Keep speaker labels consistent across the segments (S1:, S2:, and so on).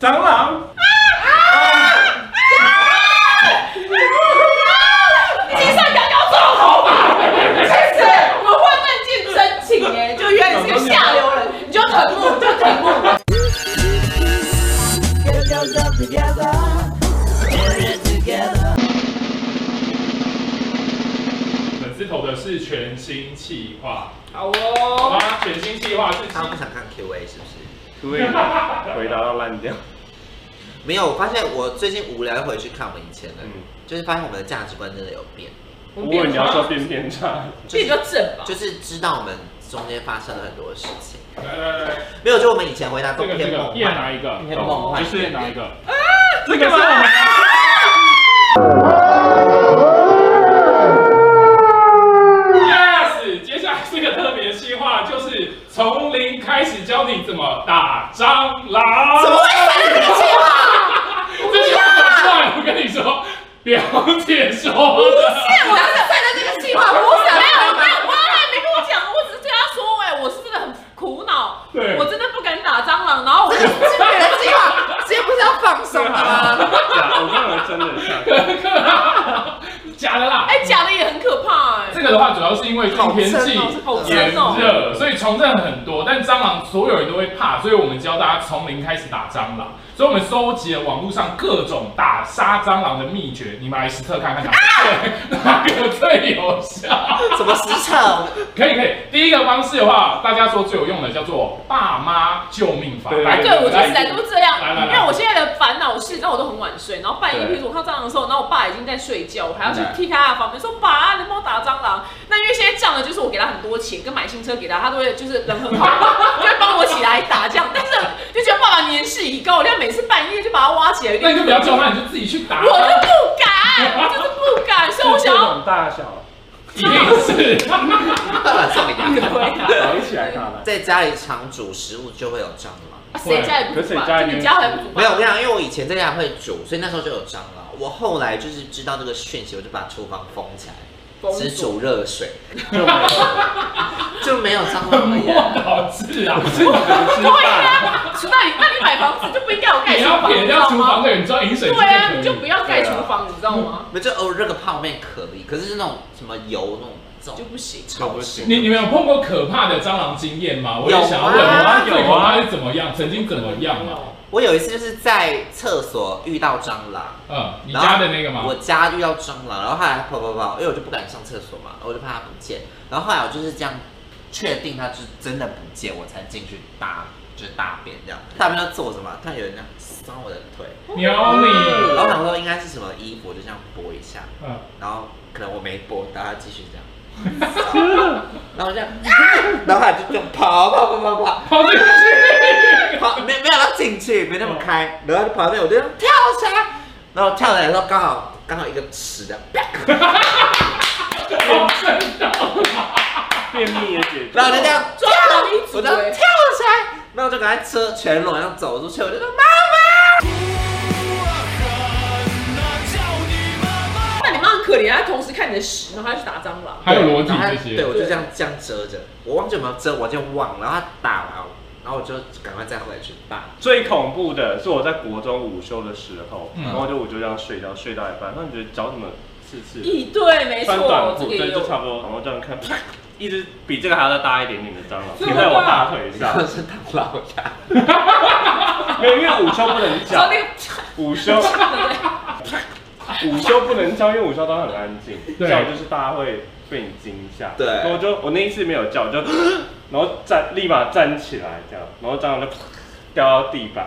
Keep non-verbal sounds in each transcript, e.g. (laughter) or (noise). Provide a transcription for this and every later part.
S1: 蟑螂，
S2: 金上刚刚撞头发，其实我会问尽真情哎、就原来你是个下流人，你就藤木，你就藤木。
S1: 粉丝投的是全新企划，
S3: 好哦，
S1: 哇，全新企划是
S3: 他不想看 Q&A 是不是？
S4: 对，回答到烂
S1: (laughs)
S4: 掉。
S3: 没有，我发现我最近无聊回去看我们以前的，
S4: 嗯，
S3: 就是发现我们的价值观真的有变，
S4: 不过你要说变偏差，
S2: 这比较正吧？
S3: 就是知道我们中间发生了很多事情。
S1: 来来来，
S3: 没有，就我们以前回答都
S1: 这个这
S3: 偏
S1: 个啊
S3: 梦
S1: 叶
S3: 幻，
S1: 哪一个？
S3: 偏梦幻
S1: 就，是哪一个？ (laughs) 这个是
S4: (laughs)
S1: 我们的。Yes，接下来这个特别企划就是从零开始教你怎么打蟑螂。
S3: 怎么会发生这个计划？
S1: 这句话怎么出来？我跟你说，表姐
S3: (laughs)
S1: 说的。
S2: 我真的在这个计划，我想要，没有，我还没跟我讲，我只是对他说，哎，我是真的很苦恼，
S1: 对
S2: 我真的不敢打蟑螂，然后我就 (laughs)
S3: 这个这个计划，今天不是要放松的吗？
S4: 假啊我认为真的像。
S3: 啊
S1: (laughs) 假的啦！
S2: 哎，讲的也很可怕哎、
S1: 这个的话，主要是因为今天天气
S2: 好
S1: 炎
S2: 深哦、
S1: 热，所以虫真的很多，但蟑螂所有人都会怕，所以我们教大家从零开始打蟑螂。所以我们收集了网络上各种打杀蟑螂的秘诀，你们来实测看看
S2: (laughs)
S1: 哪个最哪个最有效。
S3: 哦什么实测？
S1: 可以可以，第一个方式的话，大家说最有用的叫做爸妈救命法。
S4: 对
S1: 来
S2: (laughs) 对，我就是来都这样
S1: 来来，
S2: 因
S1: 来
S2: 为我现在的烦恼是，你知道我都很晚睡，然后半夜，
S4: 对
S2: 譬如我看到蟑螂的时候，然后我爸已经在睡觉，我还要去
S4: 来
S2: 踢他的房门说爸，能帮我打蟑螂？那因为现在这样的就是我给他很多钱，跟买新车给他，他都会就是人很好，
S1: (laughs)
S2: 就会帮我起来打这样。但是就觉得爸爸年事已高，我就每次半夜就把他挖起来，
S1: 哎那你就不要叫他，你就自己去打。
S2: 我就不敢，我就是不敢，所以我
S4: 是
S2: 想
S4: 这
S1: (laughs)
S2: 要
S4: 种大小，
S1: 一定是。
S2: (laughs)
S3: 晚上给大家，
S4: 然后一起来看来。
S3: 在家里常煮食物就会有蟑螂。
S2: 啊谁家也不
S4: 可是
S2: 煮
S4: 你
S2: 吧，
S4: 家
S2: 就
S4: 里
S2: 你
S4: 面
S2: 家还不煮
S3: 没有，我
S2: 吧？
S3: 跟你讲，因为我以前在家会煮，所以那时候就有蟑螂。我后来就是知道这个讯息，我就把厨房封起来，
S2: 封
S3: 只
S2: 锁
S3: 煮热水，
S4: 就没有
S3: 就没有蟑
S1: 很
S3: 螂了
S1: 莫 (laughs)
S3: 呀。
S1: 导致啊！
S2: 对呀，除那你那你买房子就不应该有盖
S1: 你
S2: 厨
S1: 要
S2: 房，
S1: 撇
S2: 你知
S1: 掉
S2: 道
S1: 厨
S2: 吗
S1: 房？的，你知道饮水机
S2: 对啊，你
S1: 就
S2: 就
S1: 可
S2: 不
S1: 以。
S2: 要盖厨房，你知道吗？
S3: 没有就哦偶尔热个泡面可以，可是是那种什么油那种这
S2: 就
S3: 种
S2: 嗯不行。
S4: 就
S3: 潮
S4: 不
S3: 湿
S4: 行。
S1: 你你们有碰过可怕的蟑螂经验吗？我也想要问，
S3: 有
S4: 啊
S1: 最可
S4: 有啊
S1: 怕是怎么样？曾经怎么样啊嘛？
S3: 我有一啊次就是在厕所遇到蟑螂，
S1: 嗯，你
S3: 然后
S1: 家的那个吗
S3: 我？家遇到蟑螂，然后后来跑跑跑，因为我就不敢上厕所嘛，我就怕它不见。然后后来我就是这样确定它是真的不见，我才进去大就是大便这样。大便要做什么？看有人这样搔我的腿，
S1: 鸟你，
S3: 然后我想说应该是什么衣服，我就这样拨一下，
S1: 嗯，
S3: 然后可能我没拨，然后它继续
S1: (laughs)
S3: 这样。然后我这样，啊然后它就这样跑跑跑跑跑
S1: 跑进去，
S3: 跑，没没有它进去，没那么开，然后它就跑那边，我就这样跳起来，然后跳起来的时候刚好刚好一个屎这样，啪
S1: 好真的，
S4: 便秘也解决
S3: 然。后就这样
S2: 抓到你
S3: 我
S2: 组
S3: 就跳
S2: 哎，
S3: 起来，然后就赶快车全裸，然后走出去，我就说妈，
S2: 那你妈很可怜，她同时看你的屎，然后她去打蟑螂。
S1: 还有裸体
S3: 然后
S1: 这
S3: 他对
S1: 些，
S3: 我就这样这样遮着，我忘记有没有遮，我就忘了，然后他打完我，然后我就赶快再回去打，
S4: 最恐怖的是我在国中午休的时候，
S1: 嗯
S4: 然后就我就这样睡觉，睡到一半，突然觉得脚怎么刺刺的，
S2: 咦，对，没
S4: 穿
S2: 错
S4: 短，
S2: 这
S4: 裤，
S2: 个也
S4: 对，
S2: 有
S4: 就。差不多，然后这样看，一只比这个还要再大一点点的蟑螂，
S1: 这么
S4: 停在我大腿
S3: 你
S4: 上
S2: (laughs)
S3: 说，是当老大，
S4: 没有，因为午休不能
S2: 然
S4: 叫
S2: 后，那个，
S4: 午休。
S2: 对 (laughs)
S4: 午休不能叫，因为午休都很安静，
S1: 对
S4: 叫就是大家会被你惊吓。
S3: 对
S4: 然后我就我那一次没有叫，我就然后站立马站起来这样，然后蟑螂就掉到地板。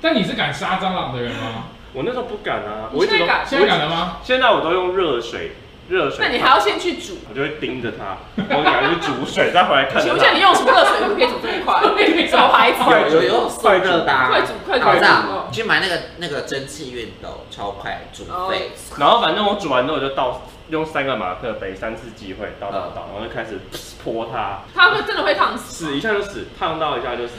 S1: 但你是敢杀蟑螂的人吗？
S4: 我那时候不敢啊，
S2: 你
S4: 我一直
S2: 现在
S4: 都
S2: 敢
S1: 现在敢
S4: 我一
S1: 了吗？
S4: 直现在我都用热水，热水
S2: 那
S4: 烫。
S2: 你还要先去煮。
S4: 我就会盯着它，然后赶快去煮水，再回来看
S2: 请
S4: 着
S2: 问一下，你
S4: 它。
S2: 用什么热水壶可以煮这么 (laughs) 快？什么牌子？
S4: 快
S3: 有有速热打，
S2: 快煮快煮
S3: 老大
S2: 快煮哦
S3: 去买那个那个蒸汽熨斗，超快煮沸，
S4: 然后反正我煮完之后，我就倒用三个马克杯，三次机会倒倒倒，然后就开始泼它，
S2: 它会真的会烫死。
S4: 死一下就死，烫到一下就死。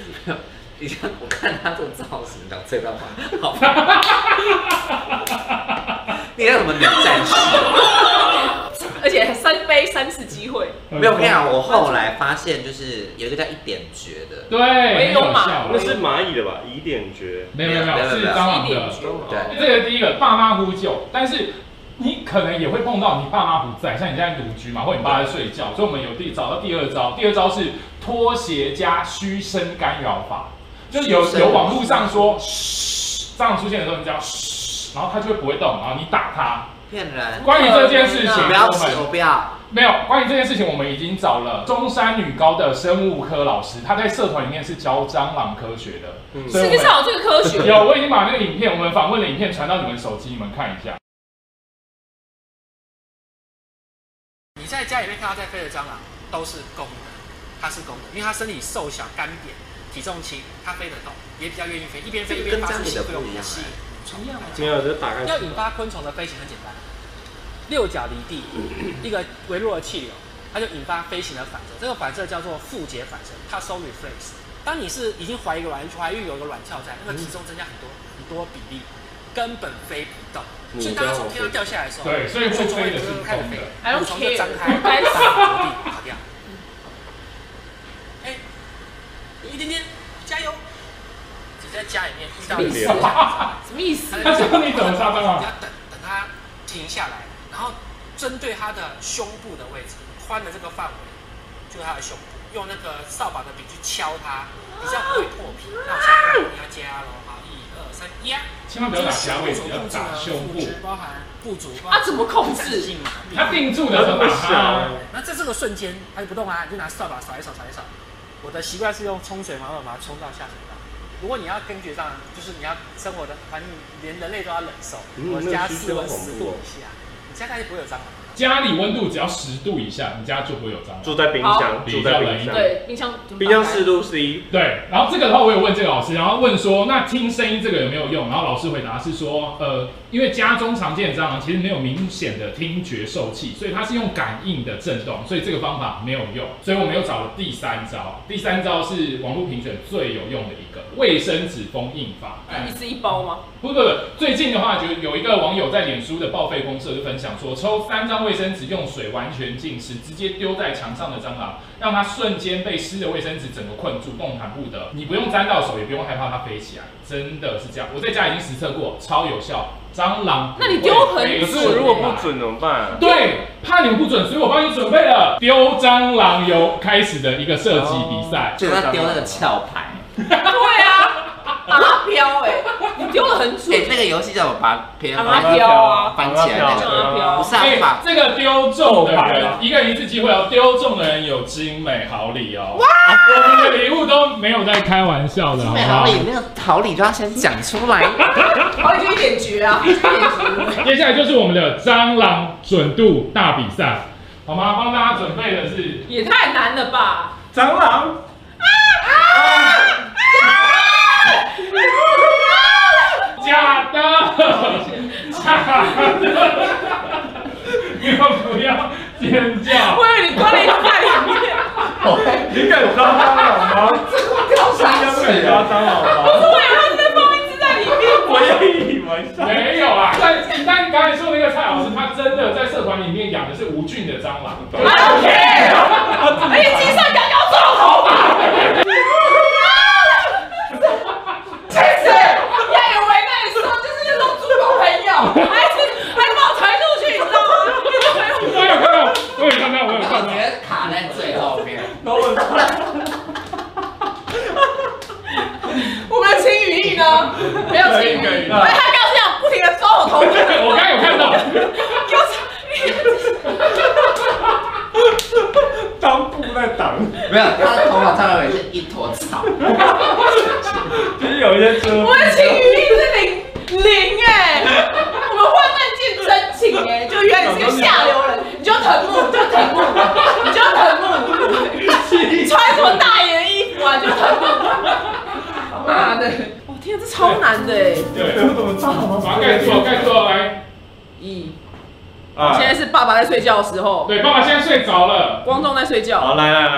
S3: 你看我看他做造型，讲这段话，好吧，你那什么女战士？
S2: 而且且三杯三次机会，
S3: 没有，我跟你讲，我后来发现就是有一个叫一点绝的，
S1: 对，
S2: 没有嘛
S1: 效
S4: 那是蚂蚁的吧？疑点诀。
S1: 没有没有没有是蟑螂的。
S3: 对，
S1: 这个第一个爸妈呼救，但是你可能也会碰到你爸妈不在，像你现在独居嘛，或者你爸在睡觉，所以我们有第找到第二招，第二招是拖鞋加嘘声干扰法，就是有
S3: 嘘声
S1: 有网络上说嘘，蟑螂出现的时候你只要嘘，然后它就会不会动，然后你打它。
S3: 骗人，
S1: 关于这件事情，
S3: 不要
S1: 我
S3: 吃，
S1: 们
S3: 我不要，
S1: 没有，关于这件事情，我们已经找了中山女高的生物科老师，他在社团里面是教蟑螂科学的，
S4: 嗯
S1: 所以
S2: 世
S1: 我
S2: 界
S1: 们
S2: 上有这个科学。
S1: (laughs) 有，我已经把那个影片，我们访问的影片传到你们手机，你们看 (laughs) 一下。
S5: 你在家里面看到在飞的蟑螂都是公的，它是公的，因为它身体瘦小、干扁、体重轻，它飞得动，也比较愿意飞，一边飞一边
S3: 跟
S5: 发
S3: 家
S5: 出
S3: 里
S5: 吸
S3: 的
S5: 会有
S3: 不一
S5: 呼
S3: 样
S5: 吸。
S2: 一样啊
S4: 没有，就打开。
S5: 要引发昆虫的飞行很简单，六角离地，一个微弱的气流，它就引发飞行的反射。这个反射叫做复解反射 （tarsal reflex）。当你是已经怀一个卵怀孕有一个卵巢在，那个体重增加很多很多比例，根本飞不动。
S4: 你
S5: 所以当它
S4: 知道
S5: 从天上
S4: 我
S5: 掉下来的时候，
S1: 对所以会
S5: 会
S1: 飞的是
S5: 开始
S1: 不动
S5: 飞
S1: 的
S2: ，I don't
S5: 蠕虫就张
S2: care
S5: 开，把它落地拔掉。哎，一点点，加油！只在家里面遇到
S2: 什么
S5: 一
S2: 意思
S5: 只小蟑螂
S2: 什么意思？
S1: 他教你怎么杀蟑螂
S5: 你要等等它停下来，然后针对它的胸部的位置，宽的这个范围，就是它的胸部，用那个扫把的柄去敲它，比较不会破皮。那我下面你要加喽，好，一二三，呀！
S1: 千万不要打其他位置，
S5: 这
S1: 要
S5: 个
S1: 打
S5: 手
S1: 胸 (laughs) 部
S5: 控制。呢腹直包含不足，包
S2: 啊
S5: 含
S2: 怎么控制
S5: 弹性嘛
S1: 他定住的时
S4: 那
S1: 候打
S4: 么小
S1: 它，，
S5: 那在这个瞬间，它就不动啊，你就拿扫把扫一扫，扫一扫。我的习惯是用冲水马桶把它冲到下水道。如果你要根据上，就是你要生活的环境，连人类都要忍受。
S4: 嗯
S5: 我家室
S4: 那
S5: 温
S4: 个需求很恐
S5: 十
S4: 怖
S5: 度
S4: 哦
S5: 以下，你家大概就不会有蟑螂。
S1: 家里温度只要十度以下，你家就不会有蟑螂。
S4: 住在冰箱，
S1: 好
S4: 住在冰
S1: 比较
S4: 箱，
S2: 对，冰箱怎么
S4: 冰箱
S2: 打开
S4: 湿度 C，
S1: 对，然后这个的话我有问这个老师，然后问说那听声音这个有没有用？然后老师回答是说，呃，因为家中常见的蟑螂其实没有明显的听觉受器，所以它是用感应的震动，所以这个方法没有用。所以我们又找了第三招，第三招是网络评选最有用的一个卫生纸封印法。
S2: 一次一包吗？
S1: 不不不，最近的话，就有一个网友在脸书的报废公社就分享说，抽三张卫生纸用水完全浸湿，直接丢在墙上的蟑螂，让它瞬间被湿的卫生纸整个困住，动弹不得。你不用沾到手，也不用害怕它飞起来，真的是这样。我在家已经实测过，超有效。蟑螂不会
S2: 那你丢很
S1: 飞
S4: 可
S1: 出
S4: 是
S1: 来
S4: 如果不准怎么办？
S1: 对，怕你们不准，所以我帮你准备了丢蟑螂游开始的一个射击比赛。
S3: 就他丢那个壳牌，
S2: 对啊，阿飘哎，你丢的很
S3: 哎，
S2: 准，
S3: 那个游戏叫我把别人
S2: 阿
S3: 把
S2: 飘啊，
S3: 翻起来那
S2: 叫阿
S3: 个，
S2: 飘
S3: 不
S2: 啊。
S3: 是啊法，
S1: 这个丢中的
S4: 够白
S1: 人
S4: 了，
S1: 一个人一次机会哦，丢中的人有精美好礼哦。哇！我们的礼物都没有在开玩笑的，
S3: 精
S1: 好不
S3: 美
S1: 好
S3: 好？礼那个好礼就要先讲出来，
S2: 好，你就一点绝啊，一点绝。
S1: 接下来就是我们的蟑螂准度大比赛，好吗？帮大家准备的是
S2: 也太难了吧！
S4: 蟑螂，
S1: 假
S3: (laughs)
S1: 的，假的， (laughs) 你们不要尖叫
S2: 我。以为你关了一半里面，
S4: 你敢抓蟑螂吗？
S3: 掉
S4: 大家不敢抓蟑螂
S2: 我
S4: 吗？
S2: 以为他在放一只在里面。
S4: 我也以为是。
S1: 没有啊，但但你刚才说那个蔡老师，他真的在社团里面养的是无菌的
S3: (laughs)
S1: 蟑螂。
S2: I don't care，而且计算刚刚做头发。其实叶有为那时候就是弄猪狗朋友，还是还把我传出去，你知道吗？
S1: 我有看到，我有看到，我有
S3: 我
S1: 看
S3: 觉
S1: 到。
S3: 得卡在最后面，
S2: 我们的青羽翼呢？没有青
S1: 可以可
S2: 羽
S1: 以
S2: 翼，而且他刚是这样不停的抓我头发，
S1: (laughs) 我刚刚有看到。
S2: 给我
S4: 当布在挡，
S3: 没有，他的头发上面是一坨草，
S4: 就是有一些遮
S2: (laughs) 我的青羽翼是零零哎，我们患难见真情哎，就原来你是个下流人，你就藤木，你就藤木，你就藤木。
S1: (laughs)
S4: 蔽。
S2: 穿什么大爷的衣服啊？就妈的！我天，啊这超难的哎！
S1: 对，把它盖住了，盖住了，来。
S2: 咦，
S4: 啊
S2: 现在是爸爸在睡觉的时候，
S1: 对，爸爸现在睡着了。
S2: 光仲在睡觉。
S4: 好，来来来，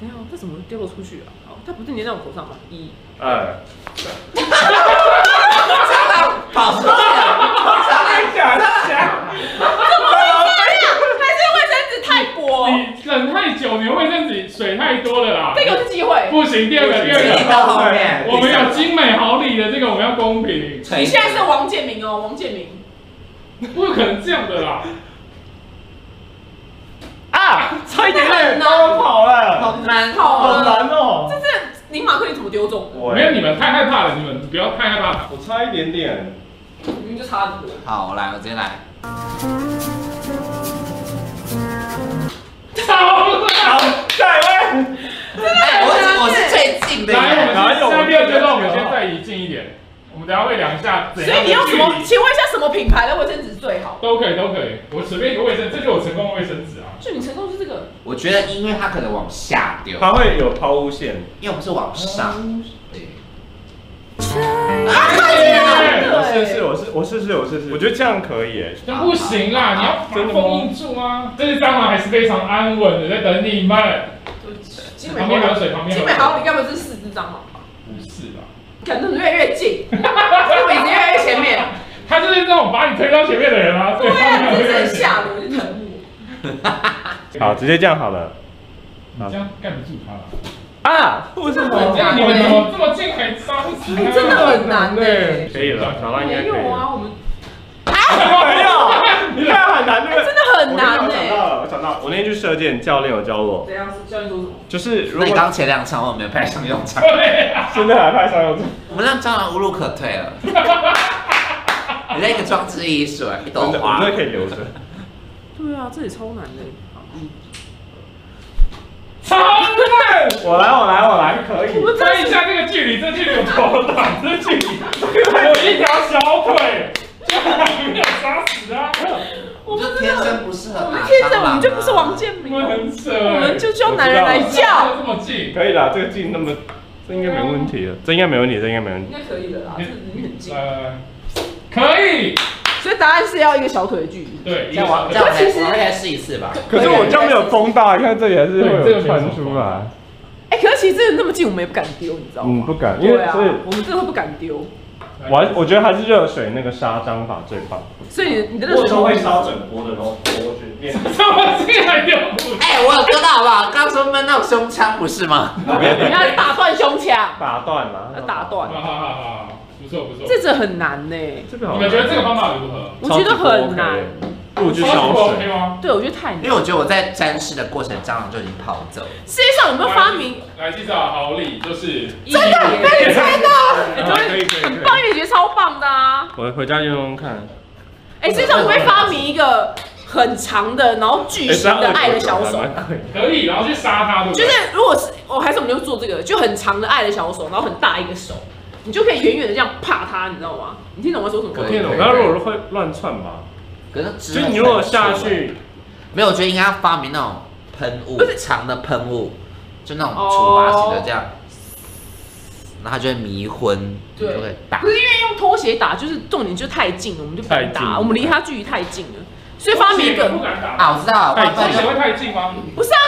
S2: 等一下，这怎么掉落出去啊？哦，它不是粘在我头上吧？
S1: (laughs)
S2: 咦，
S4: 哎，
S2: (laughs)
S3: 保持住，
S4: 哎太假假，
S2: 哎呀，还是卫生
S1: 行，第二个，第二
S3: 自己
S1: 个，
S3: 到后面，
S1: 我们有精美好礼的这个，我们要公平，
S3: 垂
S2: 你现在是王建民哦，王建民。
S1: 不可能这样的啦。
S4: 啊，差一点让我跑了，
S3: 好难
S2: 好
S4: 好
S2: 了
S4: 难哦。
S2: 这这林马克你怎么丢中？
S4: 我
S1: 没有，你们太害怕了，你们不要太害怕。
S4: 我差一点点。
S2: 明明就差很多。
S3: 好，我来，我直接来。
S1: 操！
S4: 好，下一位。
S3: 哎， (laughs) 我
S2: 啊
S3: 是我是最近的
S1: 来，我
S3: 耶。
S1: 们三六就让我们先再移近一点，我们等下会量一下怎
S2: 啊所
S1: 样
S2: 以
S1: 的
S2: 你用什
S1: 距
S2: 么？
S1: 离
S2: 请问一下什么品牌的卫生纸最好？
S1: 都可以，都可以。我随便一个卫生，这就是我成功的卫生纸啊。
S2: 就你成功是这个，
S3: 我觉得，因为它可能往下丢，
S4: 它会有抛物线，
S3: 因为我们是往上。对。
S1: 啊
S2: 啊
S4: 啊我试试，我试，我试试，我试试。我觉得这样可以耶，
S1: 那不行啦，你要
S4: 真的
S1: 把
S4: 吗
S1: 封印住啊！这只蟑螂还是非常安稳的，在等你们。
S2: 啊精美
S1: 旁边还有
S2: 好
S1: 水，旁
S2: 礼，
S1: 边
S2: 精
S1: 有
S2: 美
S1: 水。
S2: 好礼该不是四只蟑螂吧？
S1: 不是啦，
S2: 可能越来越近， (laughs) 这位置越来越前面。
S1: 他就是那种把你推到前面的人啊，所
S2: 对
S1: 以他没
S2: 啊，
S1: 有
S2: 这
S1: 这
S2: 是很
S1: 个。
S2: 下流的人物。
S4: 好，直接这样好了。
S1: 你这样盖不住他了。
S4: 啊，为什
S1: 这样你们怎么这么近还杀不死
S2: 哎
S1: 他？
S2: 真的很难呢、
S4: 可以
S1: 啊
S4: 了，小拉应该
S2: 没
S4: 可以
S2: 有
S4: 了。
S2: 啊，我们
S4: 没有，啊你看很难对不对？
S2: 哎真的很难欸
S4: 我
S2: 呢、
S4: 想到了，我想到了，我那天去射箭，教练有教我，
S2: 怎样是教练说什么？
S4: 就是如
S3: 那
S4: 果
S3: 你刚前两场我没有派上用场，
S1: 对啊，
S4: 现在还派上用场，
S3: (laughs) 我们让蟑螂无路可退了。你那个装置艺术，一朵
S4: 真的，我
S3: 花
S4: 们。那可以留着。
S2: 对啊，这里超难的、
S1: 超 (laughs) 慢！
S4: 我来，我来，我来，可以。
S1: 我猜一下这个距离，这距离有多大？这距离有一条小腿，就还没有杀死啊！
S2: 我们
S3: 就
S2: 真
S3: 天
S2: 的，
S3: 生不适合打
S2: 我们天生
S3: 蟑螂啊
S2: 我们就不是王建
S1: 你
S2: 民，
S1: 们
S2: 我
S1: 很扯欸，
S2: 们就需要男人来叫。
S1: 这么近，
S4: 可以啦，这个镜那么，这应该没问题了，这应该没问题，这应该没问
S2: 应
S4: 题。
S2: 该可以的啦，这离很近，
S1: 呃，可以，
S2: 所以答案是要一个小腿的距离。
S1: 对，一
S3: 这
S1: 个
S3: 样
S1: 小
S3: 我
S1: 腿
S3: 这样我
S2: 可是其实
S3: 来我来试一次吧。
S4: 可是我这样没有风大，看这里还是会有穿出来。
S2: 哎、可是其实真的那么近，我们也不敢丢，你知道
S4: 嗯，
S2: 吗？
S4: 不敢，因为
S2: 对啊，
S4: 是，
S2: 我们真的会不敢丢，
S4: 我还我觉得还是热水那个杀蟑法最棒。
S2: 所以你的你的热水
S4: 时候会烧整锅的，然后泼过去
S2: (laughs)
S4: 面。
S1: 这么近还丢不
S3: 哎，我有做到好不好？刚说闷到胸腔不是吗？
S2: 你要打断胸腔，
S4: 打断了
S2: 要，打断
S1: 好，好好好，不错不错。
S2: 这真的很难呢、
S4: 这个好。
S1: 你们觉得这个方法如何？
S2: 我觉得很难。
S4: 不如去
S1: 超
S4: 烧
S1: 级不
S4: 水
S1: OK。吗？
S2: 对，我觉得太难
S3: 因为。我觉得我在沾湿的过程，蟑螂就已经跑走了。
S2: 世界上有没有发明？
S1: 来介绍好礼，就是
S2: 真的被你猜
S4: 可
S2: 到，
S4: 以可以
S2: 很
S4: 可
S2: 棒，
S4: 以。
S2: 因为你觉得超棒的啊！
S4: 我回家用用看。
S2: 哎，世界上有没有发明一个很长的，然后巨
S4: 哎
S2: 型的爱的小手？
S1: 可以，然后去杀他，对不
S2: 就
S1: 对？
S2: 是如果是我、还是我们就做这个，就很长的爱的小手，然后很大一个手，你就可以远远的这样啪它，你知道吗？你听懂我说什么
S3: 可
S4: 我
S2: 吗？
S3: 以
S4: 听懂，那如果会乱窜吧，
S3: 可是
S4: 就
S3: 只
S4: 是你如果下，
S3: 啊
S4: 去，
S3: 没有，我觉得应该要发明那种喷雾
S2: 不是，哦
S3: 长的喷雾，就那种处罚型的这样，然后它就会迷昏，你
S2: 对
S3: 就会打
S2: 可。是因为用拖鞋打，就是重点就太近了，我们就不敢
S4: 太近
S2: 打，我们离它距离太近了，所以发明一
S1: 不
S2: 个
S1: 敢打，
S3: 啊，我知道，
S2: 哎
S4: 太
S3: 不
S1: 这
S3: 然
S1: 谁
S3: 就
S1: 会太近吗？
S2: 不是啊，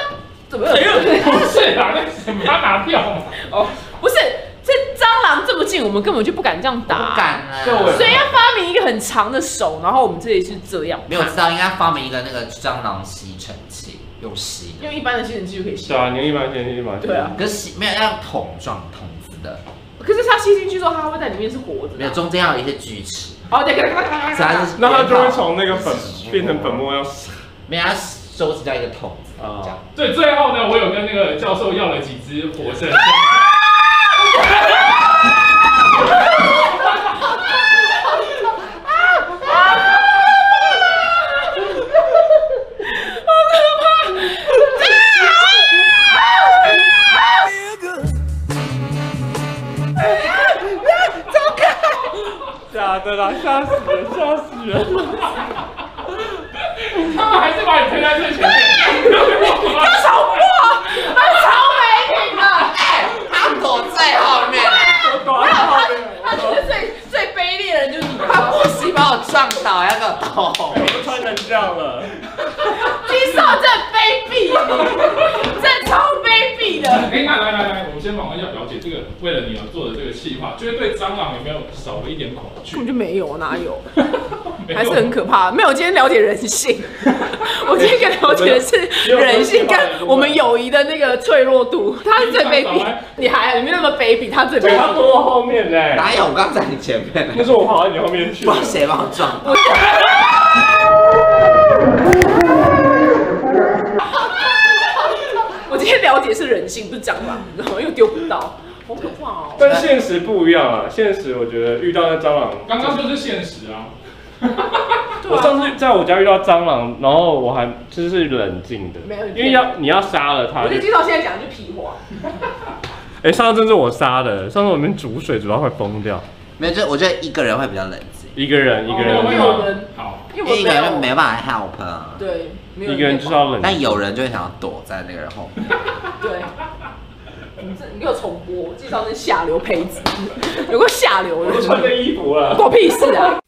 S2: 怎么了？
S1: 不是啦，那什么他拿掉嘛？
S2: 哦不是，这蟑螂这么近，我们根本就不敢这样打、
S3: 不敢啊。
S1: 对
S2: 所以要发明一个很长的手，然后我们这里是这样，
S3: 没有知道，应该发明一个那个蟑螂吸尘器，用吸的，
S2: 用一般的吸尘器就可以吸
S4: 对。啊，你一般先一般先。
S2: 对啊，
S3: 可是吸没有要用桶状桶子的，
S2: 可是它吸进去之后，它会在里面是活着
S3: 没有
S2: 的。
S3: 中间要有一些锯齿，
S2: 哦，对，咔咔咔咔咔
S3: 所以它
S2: 咔
S3: 是
S4: 那它就会从那个粉变成粉末，要
S3: 没有它收集到一个桶子
S4: 啊
S3: 这样。
S1: 对，最后呢，我有跟那个教授要了几只活生生。
S4: 吓的啦，吓死人，吓死人！
S1: 他们还是把你推在最前面。
S2: 他超过，他超没品的，哎，
S3: 它躲最后面，
S2: 他他就是最最卑劣的人，就是你。
S3: 它不惜把
S4: 哦
S3: 我哦撞倒，要给我头后面。
S4: 我穿成这样了，
S2: 地上这卑鄙，这超卑鄙了。
S1: 哎，那来来来，我们先访问一下表姐，这个为了你而做的这个计划，就是对蟑螂有没有少了一点恐惧
S2: 根？本就没有，哪有？
S1: 没有
S2: 还是很可怕。没有，今天了解人
S4: (laughs)
S2: 性，我今天更了解的是人性跟我们友谊的那个脆弱度。他是最卑鄙，你还你没那么卑鄙，他最卑
S4: 对，他
S2: 鄙。
S4: 坐我后面呢，
S3: 哪有？我刚在你前面
S4: 那
S3: 呢，
S4: 是我跑到你后面去
S3: 不知。道谁把我撞到。
S2: 我今天了解是人性，不是蟑螂，你知道吗？又丢不到，好可怕哦。
S4: 但现实不一样啊，现实我觉得遇到那蟑螂，
S1: 刚刚就是现实啊，
S4: 我
S2: 对
S4: 上
S2: 啊，
S4: 次在我家遇到蟑螂，然后我还就是冷静的，
S2: 没有
S4: 因为要你要杀了它
S2: 我
S4: 就
S2: 就介绍现在讲的就屁话。
S4: 哎、上次真是我杀的，上次我们煮水煮到快疯掉，
S3: 没有，就我觉得一个人会比较冷静，
S4: 一个人一个
S1: 哦
S4: 人
S1: 没
S2: 没
S4: 就，
S2: 有
S1: 有
S2: 人
S1: 人好，
S2: 因
S3: 因
S2: 为我
S3: 为一个人就
S2: 没有
S3: 没办法 help 啊。
S2: 对，没有
S4: 一个人就是要冷
S3: 但
S4: 静。
S3: 有人就会想要躲在那个人后面，
S2: 对。你这你给我重播，介绍是下流胚子，有个下流
S4: 我都
S2: 的，
S4: 穿着衣服了，
S2: 关我屁事啊！